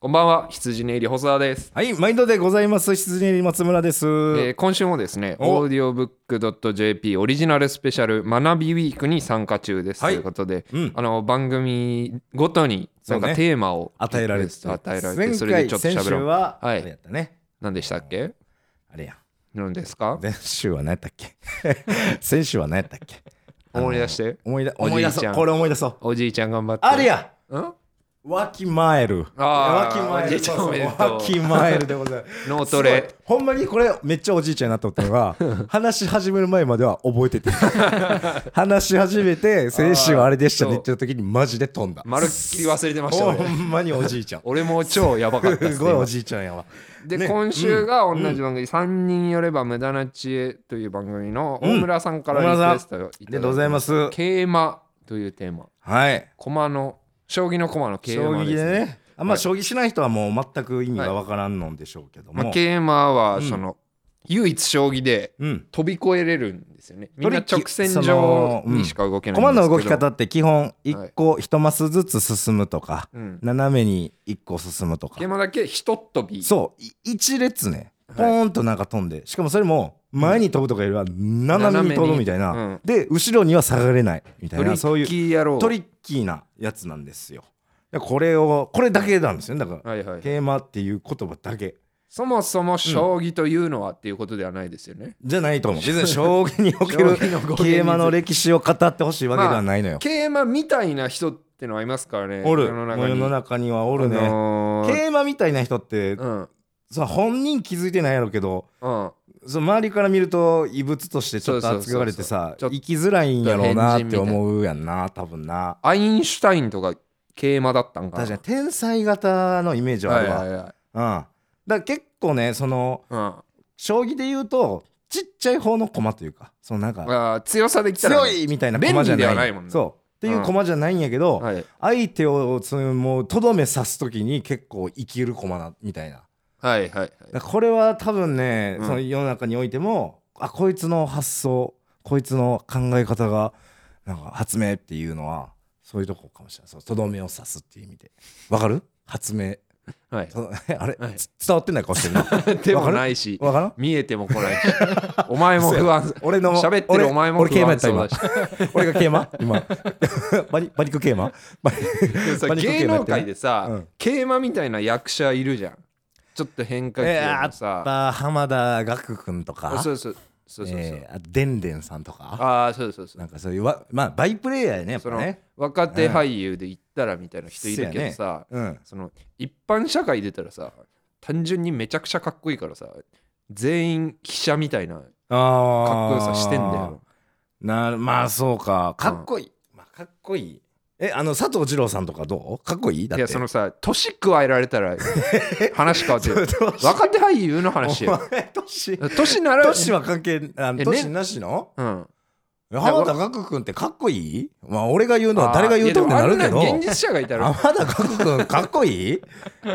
こんばんは、羊ネイリ細田です。はい、毎度でございます。羊入り松村です。えー今週もですね、おオーディオブックドット JP オリジナルスペシャル学びウィークに参加中です、はいということで、うんあの番組ごとになんそうかねテーマを与えられてた与えられて、前それで回ちょっと先喋週ろう。は、はいあれやったね。何でしたっけ？あれや。何ですか？前週は何やったっけ 先週は何やったっけ思い出して。思い出おじいちゃん思い出そう。これ思い出そう。おじいちゃん頑張って。あれ。やん？ノわきまえる。あーわきまえおじいる。ちゃんおめでとうわきまえるでございま す。ートレす。ごいほんまにこれめっちゃおじいちゃんになったの が話し始める前までは覚えてて話し始めて先週はあれでしたねって言った時にマジで飛んだまるっきり忘れてましたほ俺。んまにおじいちゃん俺も超やばかったっすねす ごいおじいちゃんやわで、ね今週が同じ番組「三人よれば無駄な知恵」という番組の大村さんからうんリクエストをいただいてありがとうございます桂馬というテーマはい駒の将棋の駒の桂将馬棋ですでねねあんま将棋しない人はもう全く意味がわからんのでしょうけどまあ、も桂馬はうんその、唯一将棋でうん飛び越えれるんですよねみんな取直り線その上にしか動けないんで駒すけどの動き方って基本1個1マスずつ進むとかうん斜めに1個進むとか桂馬だけひとっ飛びそうい一列ねいポーンとなんか飛んでしかもそれも前に飛ぶとかよりは斜めに飛ぶみたいな、うんで後ろには下がれないみたいトリなそういッうキー野郎トリッキーなやつなんですよだからこれをこれだけなんですよねだからはいはい桂馬っていう言葉だけそもそも将棋というのはっていうことではないですよね、じゃないと思う別に将棋におけ将る棋の語源について桂馬の歴史を語ってほしいわけではないのよ、桂馬みたいな人ってのはいますからねおる世の中に世の中にはおるね、あのー桂馬みたいな人って、うんさ本人気づいてないやろうけどうんその周りから見ると異物としてちょっと扱われてさそうそうそうそう生きづらいんやろうなって思うやんな多分なアインシュタインとか桂馬だったんかな確かに天才型のイメージはあるわ、はいはいはいうんだから結構ねそのうんあ将棋で言うとちっちゃい方の駒というかそのなんかー強さできたらね強いみたいな駒じゃ便利ないではないもんねそうっていう駒じゃないんやけど、はい相手をそのもうとどめ刺す時に結構生きる駒なみたいなはいはいはいだからこれは多分ね、うんその世の中においてもあこいつの発想こいつの考え方がなんか発明っていうのはそういうとこかもしれないそうとどめを刺すっていう意味でわかる発明 はいそのあれ、はいつ伝わってない顔してるな でもないし わからん見えても来ないしお前も不安俺の喋ってるお前も俺不俺桂馬や安ったそう今だし俺が桂馬今 バリバリク桂馬バリでもさ 馬肉桂芸馬や能ってね界でさ、うん桂馬みたいな役者いるじゃんちょっと変化球えーあのっさ、た浜田岳君とかあそうそうそうそうそう、えーあとでんでんさんとかああそうそうそうなんかそういうわまあバイプレイヤーやねやっそぱのね若手俳優で言ったらみたいな人いるけどそさ、うんその一般社会出たらさ単純にめちゃくちゃかっこいいからさ全員記者みたいなかっあーこよさしてんだよなるまあそうかかっこいい、まあ、かっこいいえあの佐藤二朗さんとかどうかっこいいだいってやそ のさ年加えられたら話変わってく る若若手俳優の話よ年年なら年は関係あのえね年なしのうん浜田岳君ってかっこいいまあ俺が言うのは誰が言うとんってなるあけどーいやでもあんな現実者がいたら浜田岳君かっこいい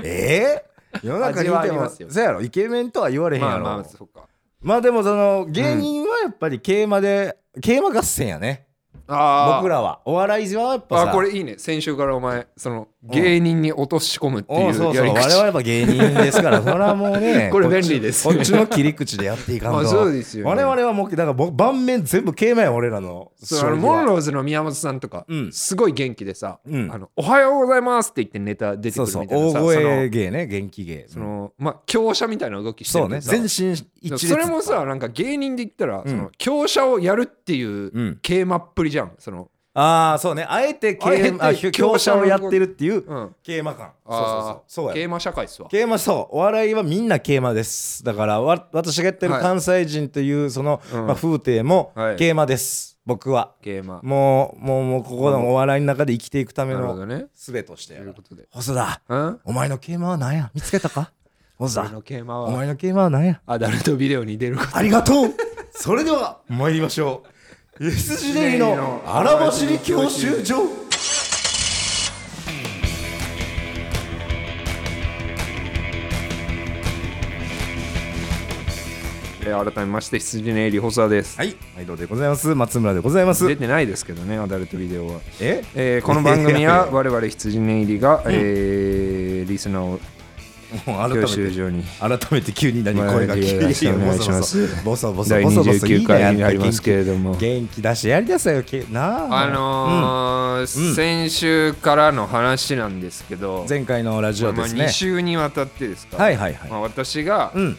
えー、世の中味にいはあてりまもすよそうやろイケメンとは言われへんやまあろ、ままああそうかでもその芸人はやっぱり桂馬で、桂馬合戦やねあー僕らはお笑いはやっぱあさーこれいいね先週からお前その芸人に落とし込むっていおうそううそやりう我々口 はやっぱ芸人ですからそれはもうねこれ便利ですこっちこっちの切り口でやっていかんとあそうですよね我々はもうだから僕盤面全部桂馬や俺らのそうあの将棋はモンローズの宮本さんとか、うんすごい元気でさ、うんあの「おはようございます」って言ってネタ出てくそうるそうみたいな大さ声芸ね元気芸そのそのまあ強者みたいな動きしてそるうけねどさ全身一列それもさなんか芸人で言ったら、うんその強者をやるっていううん桂馬っぷりじゃんその、ああそうねあえて桂馬ああえてひ強者をやってるっていううん、桂馬感そうそうそあうーそうや桂馬社会っすわ桂馬そうお笑いはみんな桂馬ですだからわ私がやってるはい関西人というその、うんまあ、風景もはい桂馬です、僕は桂馬もうもうもうここのお笑いの中で生きていくためなるほのどね術としてということで細田うんお前の桂馬は何や見つけたか細俺田の桂馬おは前の桂馬は何やアダルトビデオに出ることありがとうそれでは参りましょう 羊ネイの荒走り教習所えー改めまして羊ねり細沢です、はい毎度でございます松村でございます出てないですけどねアダルトビデオはえ えーこの番組は我々羊ねいりが、えーリスナーをもう改教め習て所に改めて急に何声が学級急にお願いしますボソボソ第ボソボソボソい29いねや回っにてなりますけ元れども気元気出してやりなさいよけなああのーうんうん先週からの話なんですけど、前回のラジオまであ、す2ね週にわたってですか、はいはいはいまあ、私がうん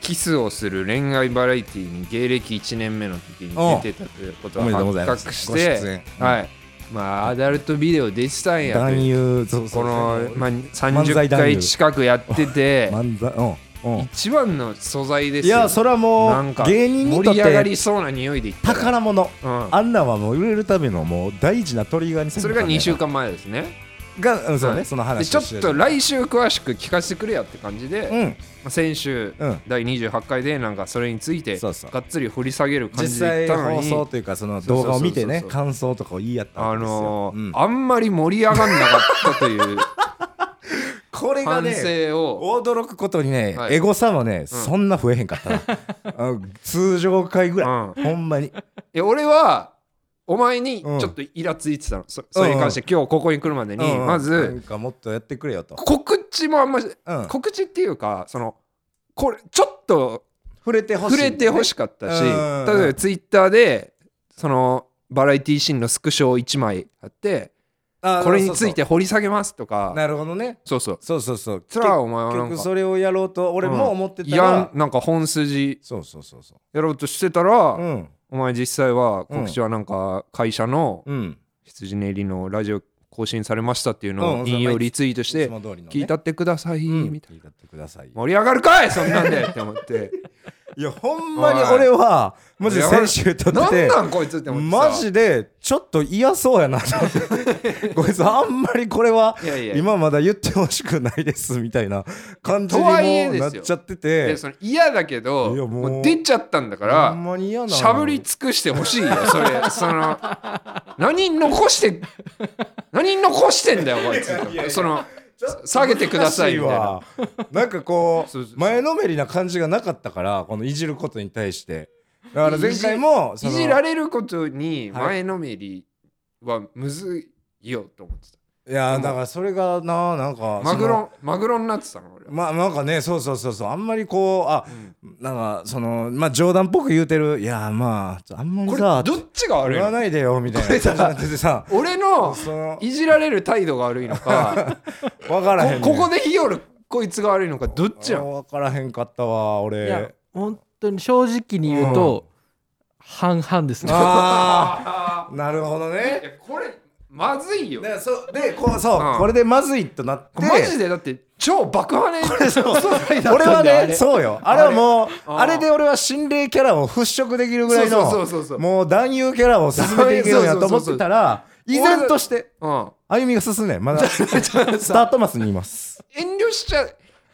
キスをする恋愛バラエティに芸歴1年目の時に出てたということおめでとうごがざいます発覚しご出て演、はいまあ、アダルトビデオ出てたんやと男いう優そうそこうの、まあ、漫才30男優回近くやって て漫才うんうん一番の素材ですいよやそれはもなんうか芸人にと盛っり上がりてそうな匂いでいったら宝物うんあんなんはもう売れるためのもう大事なトリガーにそれが2週間前ですねがうんそうはねいそので話ちょっと来週詳しく聞かせてくれやって感じで、うまんあ先週、うん第28回でなんかそれについてそうそうがっつり掘り下げる感実じでい際ったの放に送というかそのそうそうそう動そう画を見てね感想とかを言い合ったわあけですのよーうんあんまり盛り上がんなかったというこれが反ね省を驚くことにねはいエゴサもねそんな増えへんか ったなうん通常回ぐらいほんまにえ俺はお前にちうょんっとイラついてたの、そそれに関して今日ここに来るまでに、うんうんまなずんかもっとやってくれよと告知もあんましうん告知っていうかそのこれちょっと触れてほしい触れてほしかったし、うん例えばツイッターでそのバラエティシーンのスクショを1枚あってあーこれについそうて掘り下げますとそうかなるほどねそうそうそうそうそうそらお前は結なん局かそれをやろうと俺も思っていたら、やなんか本筋そうそうそうそやろうとしてたら、ううんお前実際は告知はなんか会社のうん羊ねりのラジオ更新されましたっていうのうをん引用リツイートしていつも通りのね聞いたってくださいうんみたい聞いたってくださいな盛り上がるかいそんなんでって思 っていやほんまに俺はマジで先週撮っなんてなんこいつって思ってさマジでちょっと嫌そうやなと 思ってこいつあんまりこれはいやいや今まだ言ってほしくないですみたいな感じにともはいえですよなっちゃっていてやその嫌だけどいやもうもう出ちゃったんだかほんらまに嫌なのしゃぶり尽くしてほしいよそ れその何残して何残してんだよこいついやいやその下げてくださいみたいな難しいわなんかこそうそうう前のめりな感じがなかったからこのいじることに対してだから前回もそいのじられることにはい前のめりはむずいよと思ってたいやだからそれがななんかマグそのロマグロになってたの俺は、まあなんかねそうそうそうそうあんまりこうあうんなんかそのまあ冗談っぽく言うてるいやまあちょあんまりこれさどっちが悪い言わのないでよみたいなこれさ感じでさ俺のそのいじられる態度が悪いのか 分からへんねんこここでひよるこいつが悪いのかどっちやん分からへんかったわいや俺本当に正直に言うと、半々ですねあああなるほどーいねやこれまずいよだからそうでこうそう、うんこれでまずいとなってマジでだって超爆破ね 俺はあねれそうよあれはもうああれれで俺は心霊キャラを払拭できるぐらいのそうそうそうそうもう男優キャラを進めていけるんやと思ってたらう依然としてうん歩みが進んねんま だスタートマスにいます遠慮しちゃ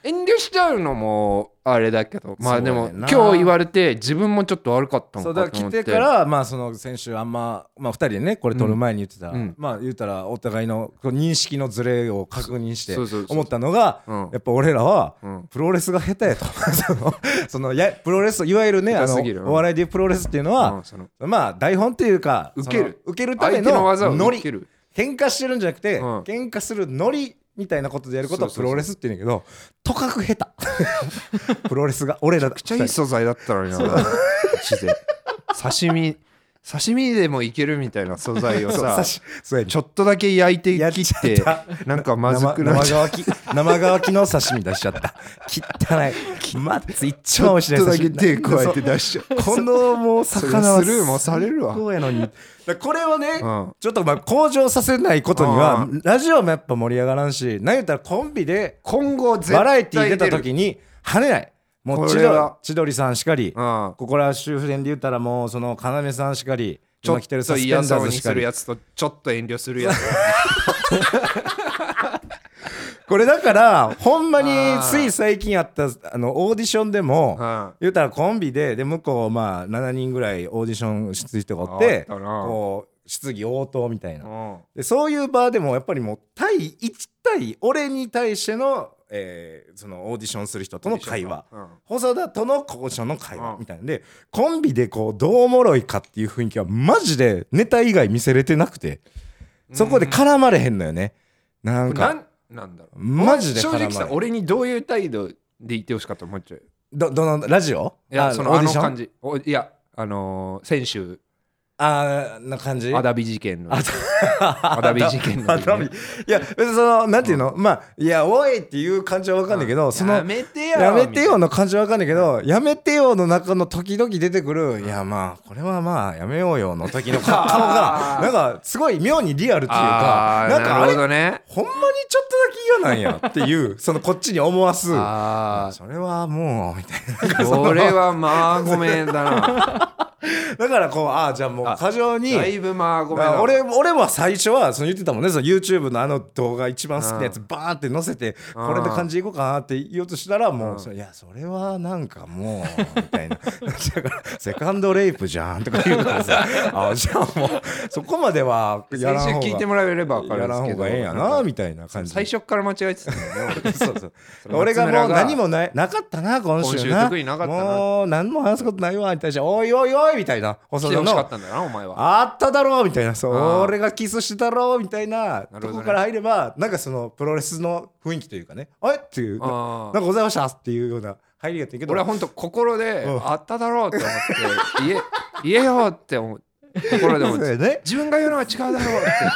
遠慮しちゃうのもあれだけどまあでもそうやな今日言われて自分もちょっと悪かったのそうかだからと思来っててからまあその先週あんままあ2人でねこれ撮る前に言ってた、うんまあ言うたらお互いのこう認識のズレを確認してそうそうそうそう思ったのがうんやっぱ俺らはうんプロレスが下手やと そのそのやプロレスいわゆるねあ下手すぎるうんのお笑いでいうプロレスっていうのは、うんそのまあ台本っていうか受けるその受けるため相手のの技をノ乗リりける喧嘩してるんじゃなくて、うん喧嘩するノリみたいなことでやることはそうそプうそうロレスって言うんだけどとかく下手 プロレスが俺らだめっちゃいい素材だったのになマジで刺身刺身でもいけるみたいな素材をそうささしそうやねちょっとだけ焼いてやっ切ちゃってったなんかまずくなっ生ち生乾き生乾きの刺身出しちゃった汚いマッツ一番美味しいょっとだけ手加えてそう出しちゃうこのもう魚はそれスルーもされるわ最高やのにだからこれをね、うんちょっとまあ向上させないことにはうラジオもやっぱ盛り上がらんし何言ったらコンビで今後絶対バラエティー出たる時に跳ねないもうこ千れは鳥千鳥さんしかり、うんここら周辺で言ったらもうその要さんしかりちょ今っ来てるとサスペン嫌ダそーうズにしかするりやつとちょっと遠慮するやつこれだからほんまにあーつい最近あったあのオーディションでもうん言うたらコンビでで向こうまあ7人ぐらいオーディション出人がおっあってたなこう質疑応答みたいなうんでそういう場でもやっぱりもう対1対俺に対しての,、えーそのオーディションする人との会話うん細田との交渉の会うん話みたいなんでコンビでこうどうおもろいかっていう雰囲気はマジでネタ以外見せれてなくてそこで絡まれへんのよねなんなかんなんだろうマジで正絡まない直さ俺にどういう態度でいてほしかったと思っちゃうどどのラジオいやそのオーあディのション感じおいやあのー先週あーな感じアダビ事件のあ アダビ事件のア時ねダビいや別にそのなんていうの、まあいやおいっていう感じは分かんないけど、そのやめてよやめてよみの感じは分かんないけど、やめてよの中の時々出てくる、いやまあ、これはまあ、やめようよの時のか顔が あ、ーなんかすごい妙にリアルってたいういかあ、ーなんかなあるれ、ほどねほんまにちょっとだけ嫌なんやって いう、そのこっちに思わす、あーそれはもう、みたいこれはまあごめんだ なな。だからこう、ああ、じゃあもうあ過剰に、だいぶまあごめんあだ俺俺は最初はその言ってたもんねその YouTube のあの動画一番好きなやつうバーンって載せてうんこれで感じいこうかなって言おうとしたらうもうんそれいやそれはなんかもうみたいな だからセカンドレイプじゃんとか言うか らさあじゃあもうそこまではや先らん週方が聞いてもらえれば分かるやんでらすんけ方どがええんやななんかみたいな感じ最初から間違えてたんだよね そうそう俺俺がもう何ももないなかったな今週今週な特になかったなもう何も話すことないわに対しておいおいおいみたいな来細て田ほしかのったんだなお前はあっただろうみたいなそうあー俺がキスしてたろうみたいなほどとねこから入ればなんかそのプロレスの雰囲気というかねあれっていうなあなんーかございましたっていうような入りやったけど俺は本当心でうんあっただろうって思って言え言えよって思う心 で思っそうてやね自分が言うのは違うだろうって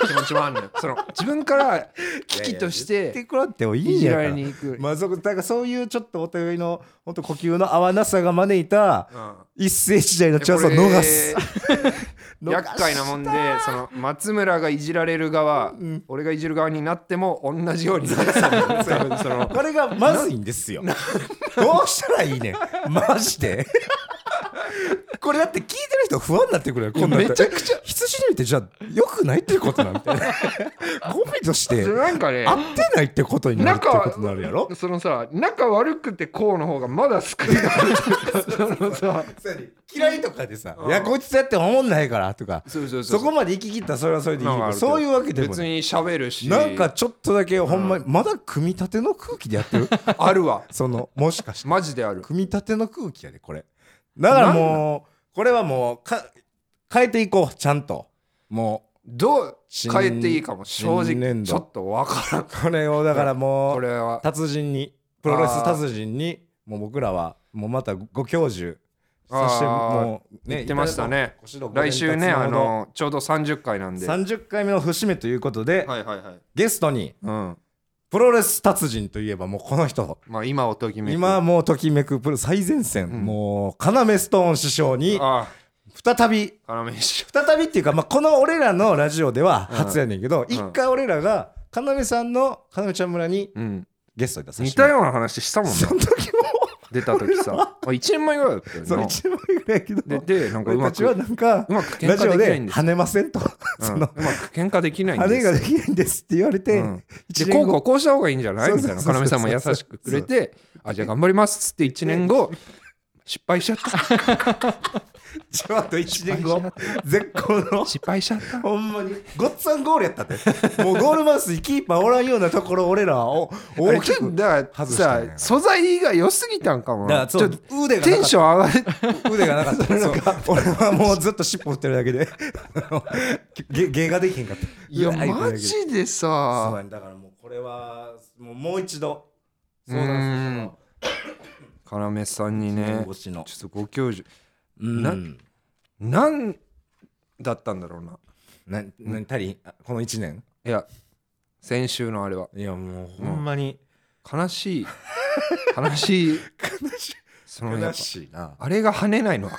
気持ちもあるのよその自分から危機としいやいや言っててくれってもいいいんじやらかれらに行くまあそこだからそういうちょっとお互いの本当呼吸の合わなさが招いたうん一世時代のチャンスを逃すこれ厄介なもんでその松村がいじられる側、俺がいじる側になっても同じようになってたもんねそのこれがまずいんですよ。どうしたらいいねん。マジで。これだって聞いてる人不安になってくるよ。こんなんめちゃくちゃえ羊のりってじゃあ良くないっていうことなんて。ゴミとし てそれなんかね合ってないってことになるって仲ことになるやろ。そのさ仲悪くてこうの方がまだ救いがあるっていうかそのさ嫌いとかでさういんやこいつやって思んないからとか。そうそうそこまで行き切ったらそれはそれでいいけどそういうわけでも別ないに喋るしなんかちょっとだけほんまにまだ組み立ての空気でやってるあるわそのもしかしてマジである組み立ての空気やでこれだからもうこれはもうか変えていこうちゃんともどう新変えていいかも正新年直度ちょっとわからんうこれをだからもこうれは達人にプロレス達人にもう僕らはもうまたご教授そしてもうね言ってましたねいただいた来週ねあのちょうど30回なんで30回目の節目ということで、はいはいはいゲストにうんプロレス達人といえばもうこの人まあ今をときめく今もうときめくプロ最前線、うんもう要ストーン師匠にあ再びあ要師匠再びっていうか、まあ、この俺らのラジオではうん初やねんけど、一回俺らが要さんの要ちゃん村にうんゲストに出さ似せてもたらよっうな話したもんたなその時も出た時さ1年前ぐらいだったよそのな一番ぐらいやけどででなんかう俺たまちくはうなんかまく喧ラジ嘩オできないでんです跳ねませんとうんそうまのく喧嘩できないん跳ねでがすできないんですって言われてうん一で年こうこ後うこうした方がいいんじゃないそうみそたいうなそうそう要さんも優しくくれてあじゃあ頑張りますっつって1年後失敗しちゃったちょっと一年失後絶好の失敗しちゃったほんまにごっつぁんゴールやったってもうゴールマウスにキーパーおらんようなところ俺らをあれ大きちょっとくだから外したさんやな素材が良すぎたんかもだかならちそょうっと腕がなテかンったション上がる腕がなかったそう俺はもうずっと尻尾振ってるだけであの げ芸ができへんかったいや腕が開てるだマけでジでそうさやねだからもうこれはもうもう一度う相談ーん要さんにするね人の越しのちょっとご教授ななんだったんだろうなななたりあこの1年いや先週のあれはいやもうほんまに悲しい悲し い悲しいそのやっぱいなあれが跳ねないのは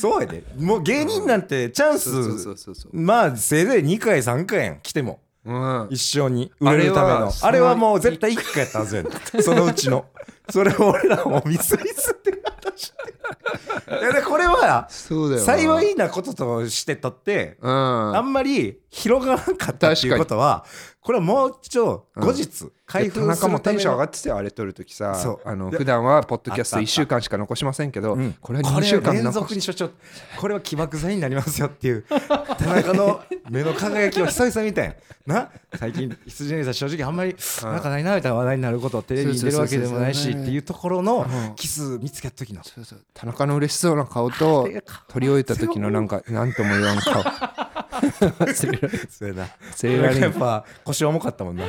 そうやでもう芸人なんてチャンそうそうそうスそうそうまあせいぜい2回3回やん来てもうん一生に売れるためのああれれははもう絶対1回やったはずやんそのうちのそれを俺らもミスミスって私っていやでこれはそうだよな幸いなこととしてとってうんあんまり広がらなかったっていうことはこれはもう一応後日開で田封す中るもたテめンション上がのってたよあれ撮るときさそうあので普段はポッドキャストあったあっ1た週間しか残しませんけどうんこれは2週間連残続にし所長これは起爆剤になりますよっていう田中の目の輝きを久々みたいなな最近羊のりさん正直あんまりなんかないなみたいな話題になることテレビに出るわけでもないしっていうところのうんキス見つけた時のそうそう田中の嬉しそうな顔とれが撮り終えた時のなんか何とも言わん顔そうやなセーなラんリかやっンぱ腰重かったもんな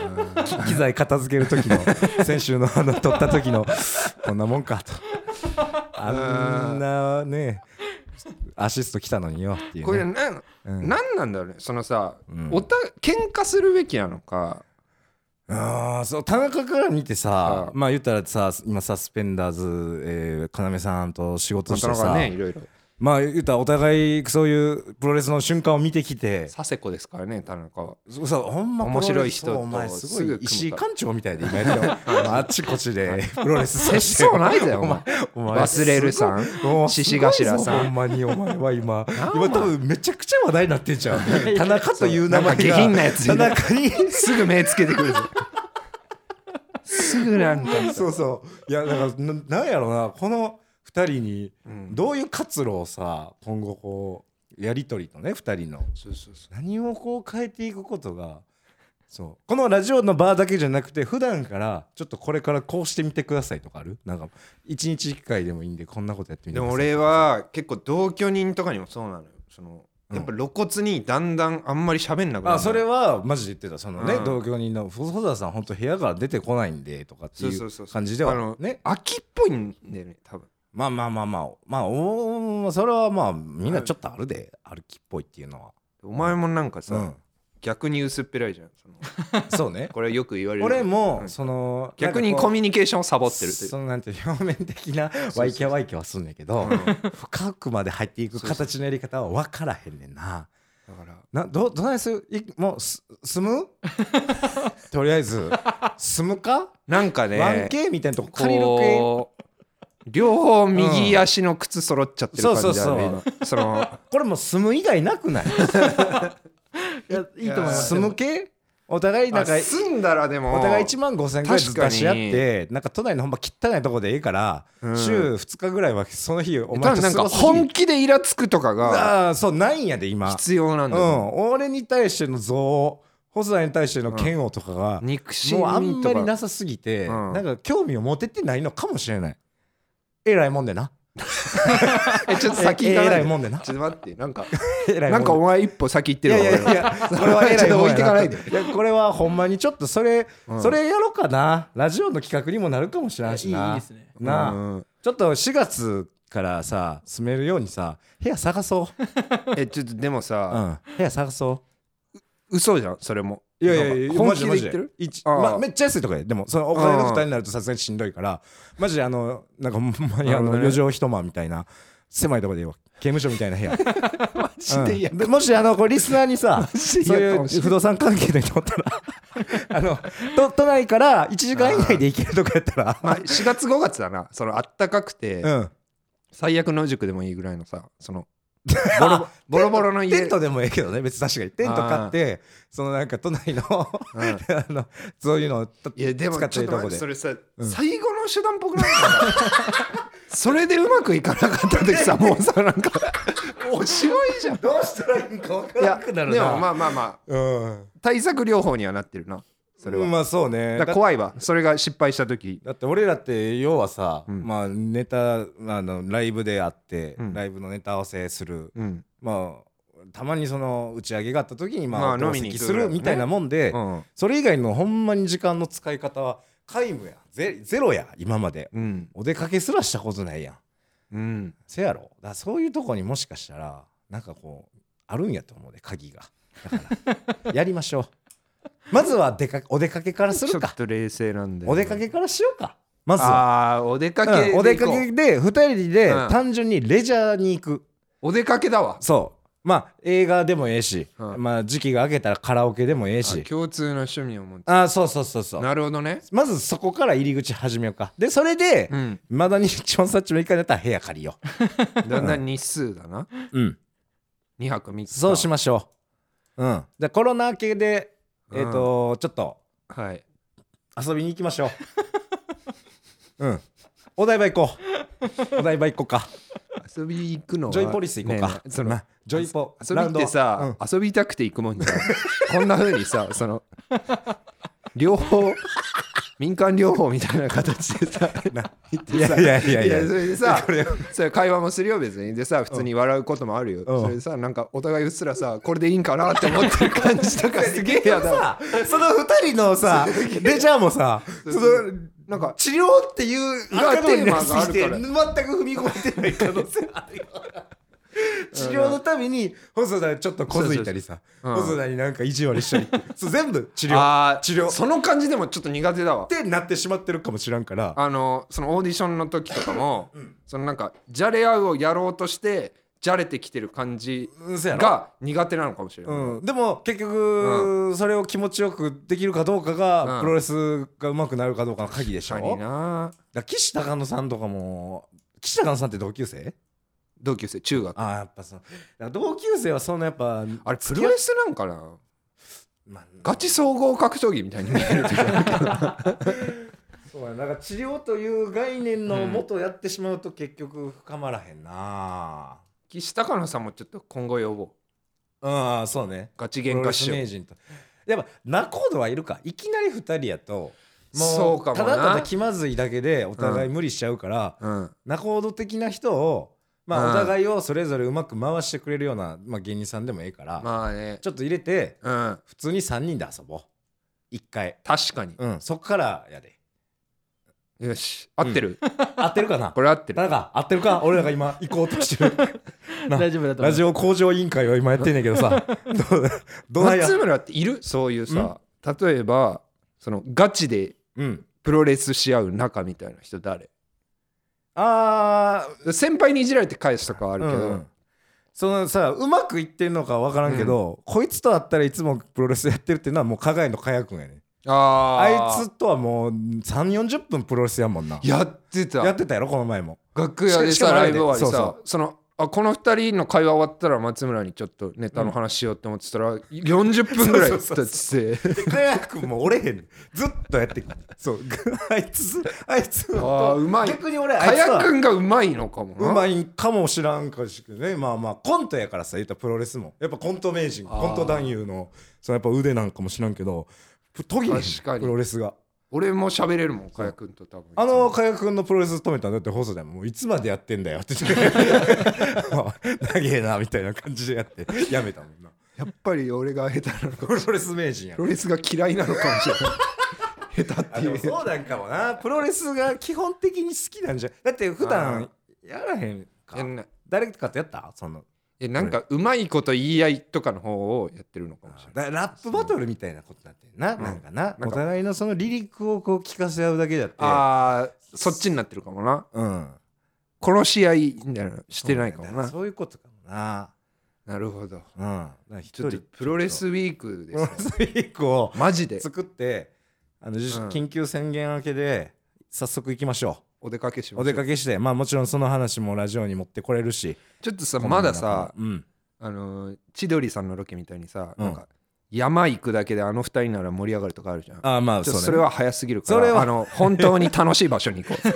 機材片付け る時の先週のあの撮った時のこんなもんかとあんなねアシスト来たのによっていう、ね、これなん、うんなんなんだろうねそのさ、うんおた喧嘩するべきなのかあーそう田中から見てさ、うまあ言ったらさ今サスペンダーズ、えー、要さんと仕事なしてかさなかねいろいろまあ言ったらお互いそういうプロレスの瞬間を見てきて佐世子ですからね田中はそうそうほんま面白い人プとロレスそすうお前すぐご組いむ石井館長みたいで今やって るあっちこっちでプロレス接接そうないだよお前お前忘れるんさん獅獅子子頭頭ささんんほんまにお前は今今多分めちゃくちゃ話題になってんじゃん田中という名な前がんか下品なやつ田中にすぐ目つけてくるぞすぐなんかそうそういやだからななんやろうなこの2人にうんどういう活路をさ今後こうやり取りとね2人のそうそうそ何をこう変えていくことがそうこのラジオのバーだけじゃなくて普段からちょっとこれからこうしてみてくださいとかあるなんか1日1回でもいいんでこんなことやってうみでてくだもさい俺は結構同居人とかにもそうなのよそのうんやっぱ露骨にだんだんあんまり喋んなくなるあそれはマジで言ってたそのね、うん同居人の細田さん本当部屋から出てこないんでとかっそていうそううそうそう感じであはのね秋っぽいんだよね多分まあまあまあまあまあおーそれはまあみんなちょっとあるで歩きっぽいっていうのは、お前もなんかさ、うん、逆に薄っぺらいじゃんそのそうね これよく言われる俺もうんその逆にコミュニケーションをサボってるというそのなんて表面的なそうワイキャワイキャはすんねんけどうんだか深くまで入っていく形のやり方は分からへんねんな。らなどどないするいもうす住むとりあえず住むか、なんかね ?1K みたいなとこ借りる系こう両方右足の靴揃っちゃってる感じだね、うん今そ のこれもう住む以外なくないいやいいと思います住む系お互いなんかあ住んだらでもお互い1万5千円ぐらいずつ確か出にし合ってなんか都内のほんま汚いとこでええから、うん週2日ぐらいはその日お多前分となん過かごす本気でイラつくとかがああそうないんやで今必要なんだうよね、ん、俺に対しての憎悪細田に対しての嫌悪とかが、憎しみもうあんまとりかなさすぎて、うんなんか興味を持ててないのかもしれないえらいもんでなえちょっと先行えかならいいでもんでなちょっと待ってなんかえらいなもんでんかお前一歩先行っているやわいや俺いやこれは えらいもんやちょっと置いてかないでいやこれはほんまにちょっとそれ、うんそれやろうかなラジオの企画にもなるかもしれんしないいいいですねなあ、うんちょっと4月からさ住めるようにさ部屋探そう、えちょっとでもうさ、ん、部屋探そう嘘じゃんそれもいやいやいや、なんかマ本ジ気で言でマジってでる。一ああまあめっちゃ安いとかで、でも、そのお金のああ負担になるとさすがにしんどいから、マジであの、なんかほんまになあの、るほどね余剰一間みたいな、狭いとこでいいわ。刑務所みたいな部屋。 マジで嫌うんでもし、あの、これリスナーにさ、そう嫌いかうもしれん不動産関係の人おったら、あ の、都都内から1時間以内で行けるとかやったら、まあ4月5月だなそのあったかくて、うん。最悪野宿でもいいぐらいのさそのボロボロボロの家テントでもええけどね、別に確かに。テント買って、そのなんか都内の、 あうんの、そういうのを使っいやでもちょてっとると待こってでそ。れさ、うん最後の手段っぽくないそれでうまくいかなかった時さもうさなんかおしまいじゃんどうしたらいいか分かいやでもまあまあまあうん。対策療法にはなってるなそれは、まあそうねだからだ怖いわそれが失敗した時だって俺らって要はさ、うんまあネタあのライブであって、うんライブのネタ合わせするうん、まあたまにその打ち上げがあった時にまあ、まあ同飲みに席行くすぐらいるのねみたいなもんで、うんそれ以外のほんまに時間の使い方は皆無やゼゼロや今までうんお出かけすらしたことないやんうん、せやろだからそういうとこにもしかしたらなんかこうあるんやと思うで鍵がだからやりましょうまずは出かお出かけからすちょるっかと冷静なんだよおね出かけからしようかまずはあーお出かけで行こうう、んお出かけで2人でうん単純にレジャーに行く、お出かけだわそうまあ映画でもええし、うんまあ時期が明けたらカラオケでもええあし共通の趣味を持ってああそうそうそうそうなるほどねまずそこから入り口始めようかでそれで、うんまだに一番さっちの一回だったら部屋借りよだんだん日数だな う、うん、 2泊3日そうしましょううんでコロナ明けでえっ、と、ちょっとはい遊びに行きましょううんお台場行こうお台場行こうか遊び行くのはジョイポリス行こうか、ねえねえそのなジョイポ遊びってラウンドさ、遊び たくて行くもんじゃんこんな風にさその両方民間療法みたいな形でさ いやいやいやいやそれでさそれ会話もするよ別にでさ普通に笑うこともあるよ、うんそれでさなんかお互いうっすらさこれでいいんかなって思ってる感じとかすげえやださその二人の さレジャーもさそのなんか治療っていう裏 赤テーマテーマががああるかるからら全く踏み込めてない可能性あるよ治療のために細田ちょっとこづいたりさそうそうそう細田になんか意地悪したりってそう全部治 療っあー治療その感じでもちょっと苦手だわてなってしまってるかもしらんからあのそのオーディションの時とかも、そのなんかじゃれ合うをやろうとしてじゃれてきてる感じうんそうやろが苦手なのかもしれない、うん、でも結局それを気持ちよくできるかどうかうんがプロレスがうまくなるかどうかの鍵でしょ、確かになだから岸高野さんとかも岸高野さんって同級生同級生中学ああやっぱそのだから同級生はそのやっぱあれプロレスなんかなまあガチ総合格闘技みたいに見えるとい うかそうやなんか治療という概念のもとやってしまうと結局深まらへんな岸高野さんもちょっと今後呼ぼううん、そうねガチプ喧ロ嘩レスしよ名う人とやっぱ仲人はいるかいきなり2人やとそうかもなただただ気まずいだけでお互い無理しちゃうから、うん仲人的な人をうまあんお互いをそれぞれうまく回してくれるような、まあ、芸人さんでもええから、まあねちょっと入れてうん普通に3人で遊ぼう1回確かにうんそっからやでよし合ってる、合ってるかなこれ合ってるなんか合ってるか俺らが今行こうとしてる な大丈夫だと思ラうジオ向上委員会は今やってんねんけ どさどうどないや松村っているそういうさ例えばそのガチでうんプロレスし合う仲みたいな人誰あー先輩にいじられて返すとかはあるけど、うんうんそのさうまくいってんのか分からんけど、こいつと会ったらいつもプロレスやってるっていうのはもう加賀谷の加谷君やねああいつとはもう3 4 0分プロレスやもんなつやってたやってたやろこの前も楽屋でしかさしかもあライれでブ終わりさそそうそうのあこの2人の会話終わったら松村にちょっとネタの話しようって思ってたら、40分ぐらい経ってそうてそうで加谷君も折れへんずっとやってきたそう あいつあいつあーとうまい逆に俺あかいつやくはんがうまいのかもなうまいんかもしらんかしくねまあまあコントやからさ言ったらプロレスもやっぱコント名人あーコント男優のそのやっぱ腕なんかもしらんけど途切れへん確かにプロレスが俺も喋れるもんかやくんと多分あの加谷君のプロレス止めたんだって放送でもういつまでやってんだよ って言って長えなみたいな感じでやってやめたもんなやっぱり俺が下手なのかプロレス名人やプロレスが嫌いなのかもしれない下手あってでいもうそうなんかもなプロレスが基本的に好きなんじゃだって普段やらへんかやんない誰かとやったそのえなんかうまいこと言い合いとかの方をやってるのかもしれないだラップバトルみたいなことになってんな、なんかななんかお互いのそのリリックをこう聞かせ合うだけだってあーそっちになってるかもなうん殺し合いみたいなのしてないかもそうだなよそういうことかもななるほどうんだから一ちょっ人とプロレスウィークプでロレすスウィークをマジで作ってあの、ん緊急宣言明けで早速行きましょお出かけしうまおしょ出うかけしてまあもちろんその話もラジオに持ってこれるしちょっとさまださうんあのー千鳥さんのロケみたいにさうんなんか山行くだけであの二人なら盛り上がるとかあるじゃんああまあちょそっうとねそれは早すぎるかそれらはあの本当に楽しい場所に行こう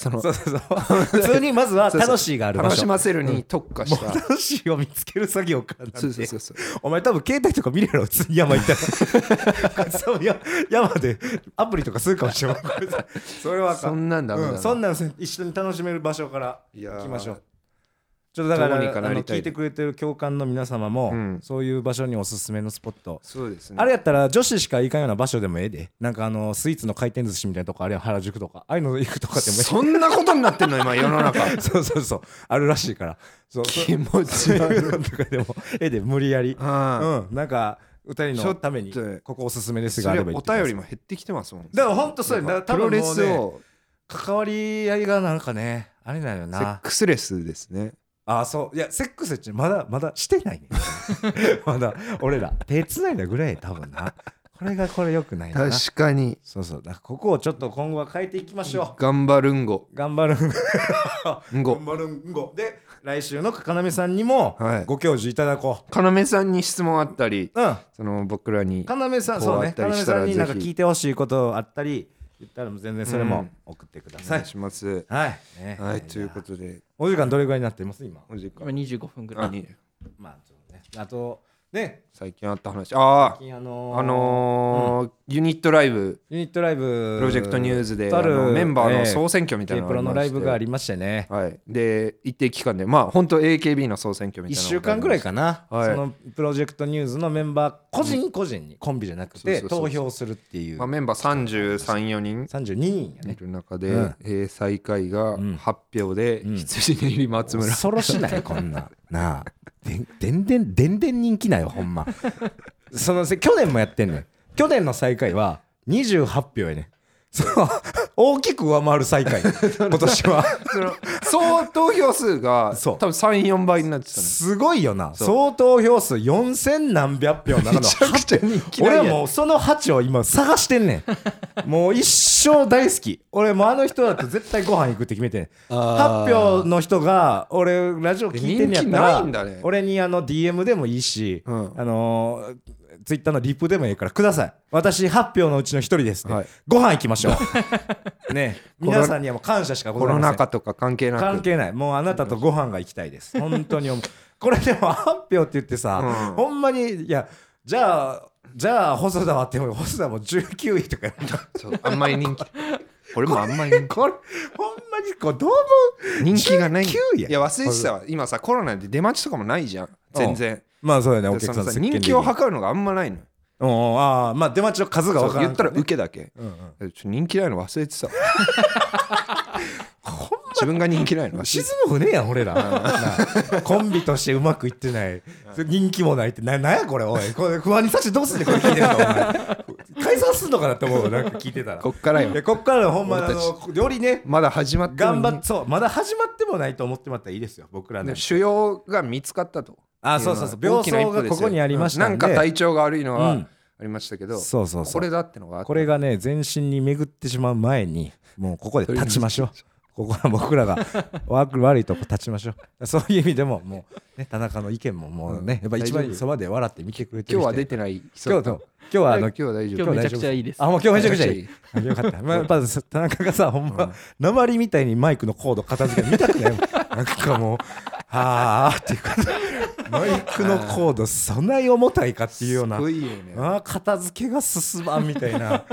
その そうそうそ う普通にまずはそうそう楽しいがある場楽し所ませるに特化した楽しいを見つける作業からなんてそうそうそうそうお前多分携帯とか見れろ普通に山行ったら そうや山でアプリとかするかもしれない それはあかそんなんダメだなうんそんなんせん一緒に楽しめる場所からいやー行きましょうちょっとだからどうにかなありのたい聞いてくれてる共感の皆様も、うんそういう場所におすすめのスポット、そうですねあれやったら女子しか行かんような場所でもええでなんかあのスイーツの回転寿司みたいなとこあるいは原宿とかああいうの行くとかでもいいそんなことになってんの今世の中 そうそうそうあるらしいからそうそ う気持ちそう悪 いいうのとかでもええで無理やりうん うん、なんか歌人のためにちょっとここおすすめですそがあれればお言ってくださ便いりも減ってきてますもんだからほんとそうやなんなかプロレス多分もうねを関わり合いがなんかねあれなんよセッなクスレスですねあそういやセックスってまだまだしてない ねまだ俺ら手繋いだぐらい多分なこれがこれよくないな確かにそうそうだからここをちょっと今後は変えていきましょ頑張るんごう頑張るんんご頑張るんご で来週のかなめさんにもはいご教授いただこ要さんに質問あったりう、うんその僕らに要さんこうそうあっねた要りしたらさんになんかぜひ聞いてほしいことあったり言ったらもう全然それうもん送ってくだおさ願いい、しますはい、ねはいということでお時間どれぐらいになってます今お時間今25分ぐらあいいいねまあちょっとねあとね最近あった話ああのああのーユニットライブユニットライブプロジェクトニュースで、とああるのメンバーえのえ総選挙みたい K なプロのライブがありりましてねはいで一定期間でまあ本当 AKB の総選挙みたい1な週間ぐらいかな、はいそのプロジェクトニュースのメンバー個人個人にコンビじゃなくそうてそうそう投票するっていうまあ、メンバー334人32人やいねる中で、うんえー最下位がうん8票で、うん羊ねり松村、恐ろしないこんななあでんでんでんでんでん人気なんよほんまそのせ去年もやってんねん去年の最下位は28票やねんそう 大きく上回る最下位今年はその総投票数が多そう分34倍になってたねすごいよなそう総投票数4000何百票 の中の8俺はもうその8を今探してんね んもう一生大好き俺もうあの人だと絶対ご飯行くって決めてんあー8票の人が俺ラジオ聞いてんやった人気ないらんだね俺にあの DM でもいいし、うんあのツイッター Twitter のリプでもいいからください私8票のうちの1人ですね、はいご飯行きましょ うねロナ皆さんにはもう感謝しかごコざいロませんナ禍とか関係なく関係ないもうあなたとご飯が行きたいです本当に思うこれでも発表って言ってさ、うんほんまにいやじゃあじゃあ細田はっても細田も19位とかそうあんまり 人気これもあんまり人気これ ほんまにこうどう人気がない19やいや忘れてたわ今さコロナで出待ちとかもないじゃん全然まあそうだねでそのさ人気を測るのがあんまないのようんうんああまあ出待ちの数がそ分うから言んったから受らねけだけうんうんえちょ人気ないの忘れ てたわ自分が人気ないの忘れて沈む船やん俺らなあコンビとしてうまくいってない人気もないってななんやこれおいこれ不安にさしてどうすんねんこれ聞いてるのお前解散すんのかなって思うなんか聞いてたらたこっからいよやこっからのほんまにあ俺たちのよりねまだ始まってるの頑に張っそうまだ始まってもないと思ってもらったらいいですよ僕らでね腫瘍が見つかったとあそうそうそういうのは大病きな一巣歩がですよここにありましたうんんでなんか体調が悪いのうはんありましたけど、そうそうそうこれだってのがあったこれがね全身に巡ってしまう前にもうここで立ちま しょうここは僕ら が悪悪いとこ立ちましょうそういう意味でももうね田中の意見ももうねやっぱ一大丈番夫そばで笑って見てくれてる今日人は出てない人今日と今日はあの今日は大丈今夫日めちゃくちゃいいですあもう今日めちゃくちゃいめいあよか った、まあ、やっぱ田中がさほんま鉛みたいにマイクのコード片付けるの見たくないも んなんかもうあーっていうかマイクのコードそんなに重たいかっていうようなすごいよねあー片付けが進まんみたいな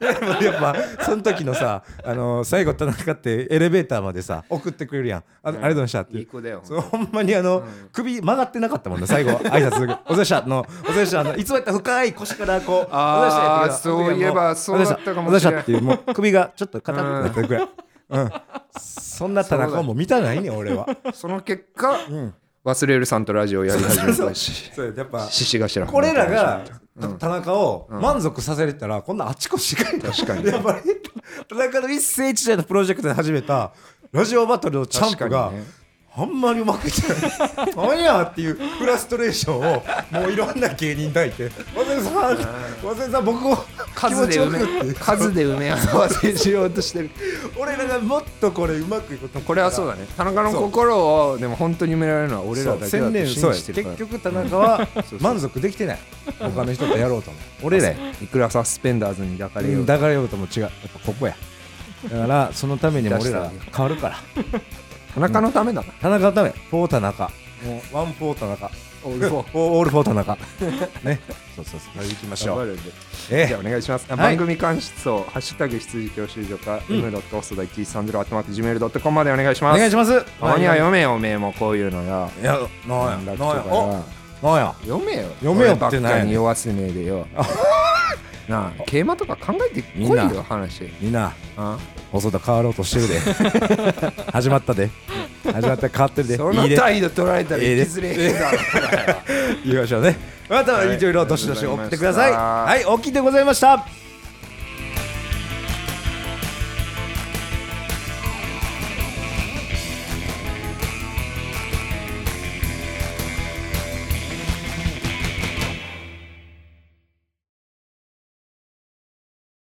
やっぱその時のさ、あの最後田中ってエレベーターまでさ送ってくれるやんあありがとうございましたっていい子だよそうほんまにあの、首曲がってなかったもんね最後挨拶 するお世話したのお世話したあのいつもやったら深い腰からこうあーお世話したやそういえばそうだったかもしれないお世話したっていうもう首がちょっと硬くなった ぐらい、うん、そんな田中も見たないねん俺はその結果、ん忘れるさんとラジオやり始めたしそうやっぱ獅子頭これらが田中を満足させれたらこんなあちこちが確かにやっぱり田中の一世一代のプロジェクトで始めたラジオバトルのチャンプ確かがにねあんまりうまくいって ないなんやっていうフラストレーションをもういろんな芸人抱いて「和田さん和田さん僕を気数持でちよ埋く」めって数で埋め合わせしようとしてる俺らがもっとこれうまくいくことこれはそうだね田中の心をでも本当に埋められるのは俺らだけだと専信念そうやじてるから結局田中は満足できてない他の人とやろうと思う俺らやいくらサスペンダーズに抱かれようとだからよとも違うやっぱここ やだからそのためにも俺ら変わるから田中のためだな田中のためフォー田中もうワンフォー田中オールフォーフォー オールフォー田中ねそうそうそう行きましょ頑張うるんでえじゃあお願いします。い番組関想ハッシュタグ羊教習所か、うん m. 細田一三ゼロアットマーク gmail.com までお願いしおます。願いしますたまには読めよ、おめえもこういうのよ。いやなんや連絡なんとかやよおなんや読めよ。読めよってな俺いばっかに弱すねえでよ。 なあ、競馬とか考えてこいみんよ、な話。みんなあ細田変わろうとしてるで 始まったで始まった変わってるでそいのいで態度取られたらいい引できずれえだろ。言いましょうねまたいろいろどしどし送ってくださいはいはい大きいでございました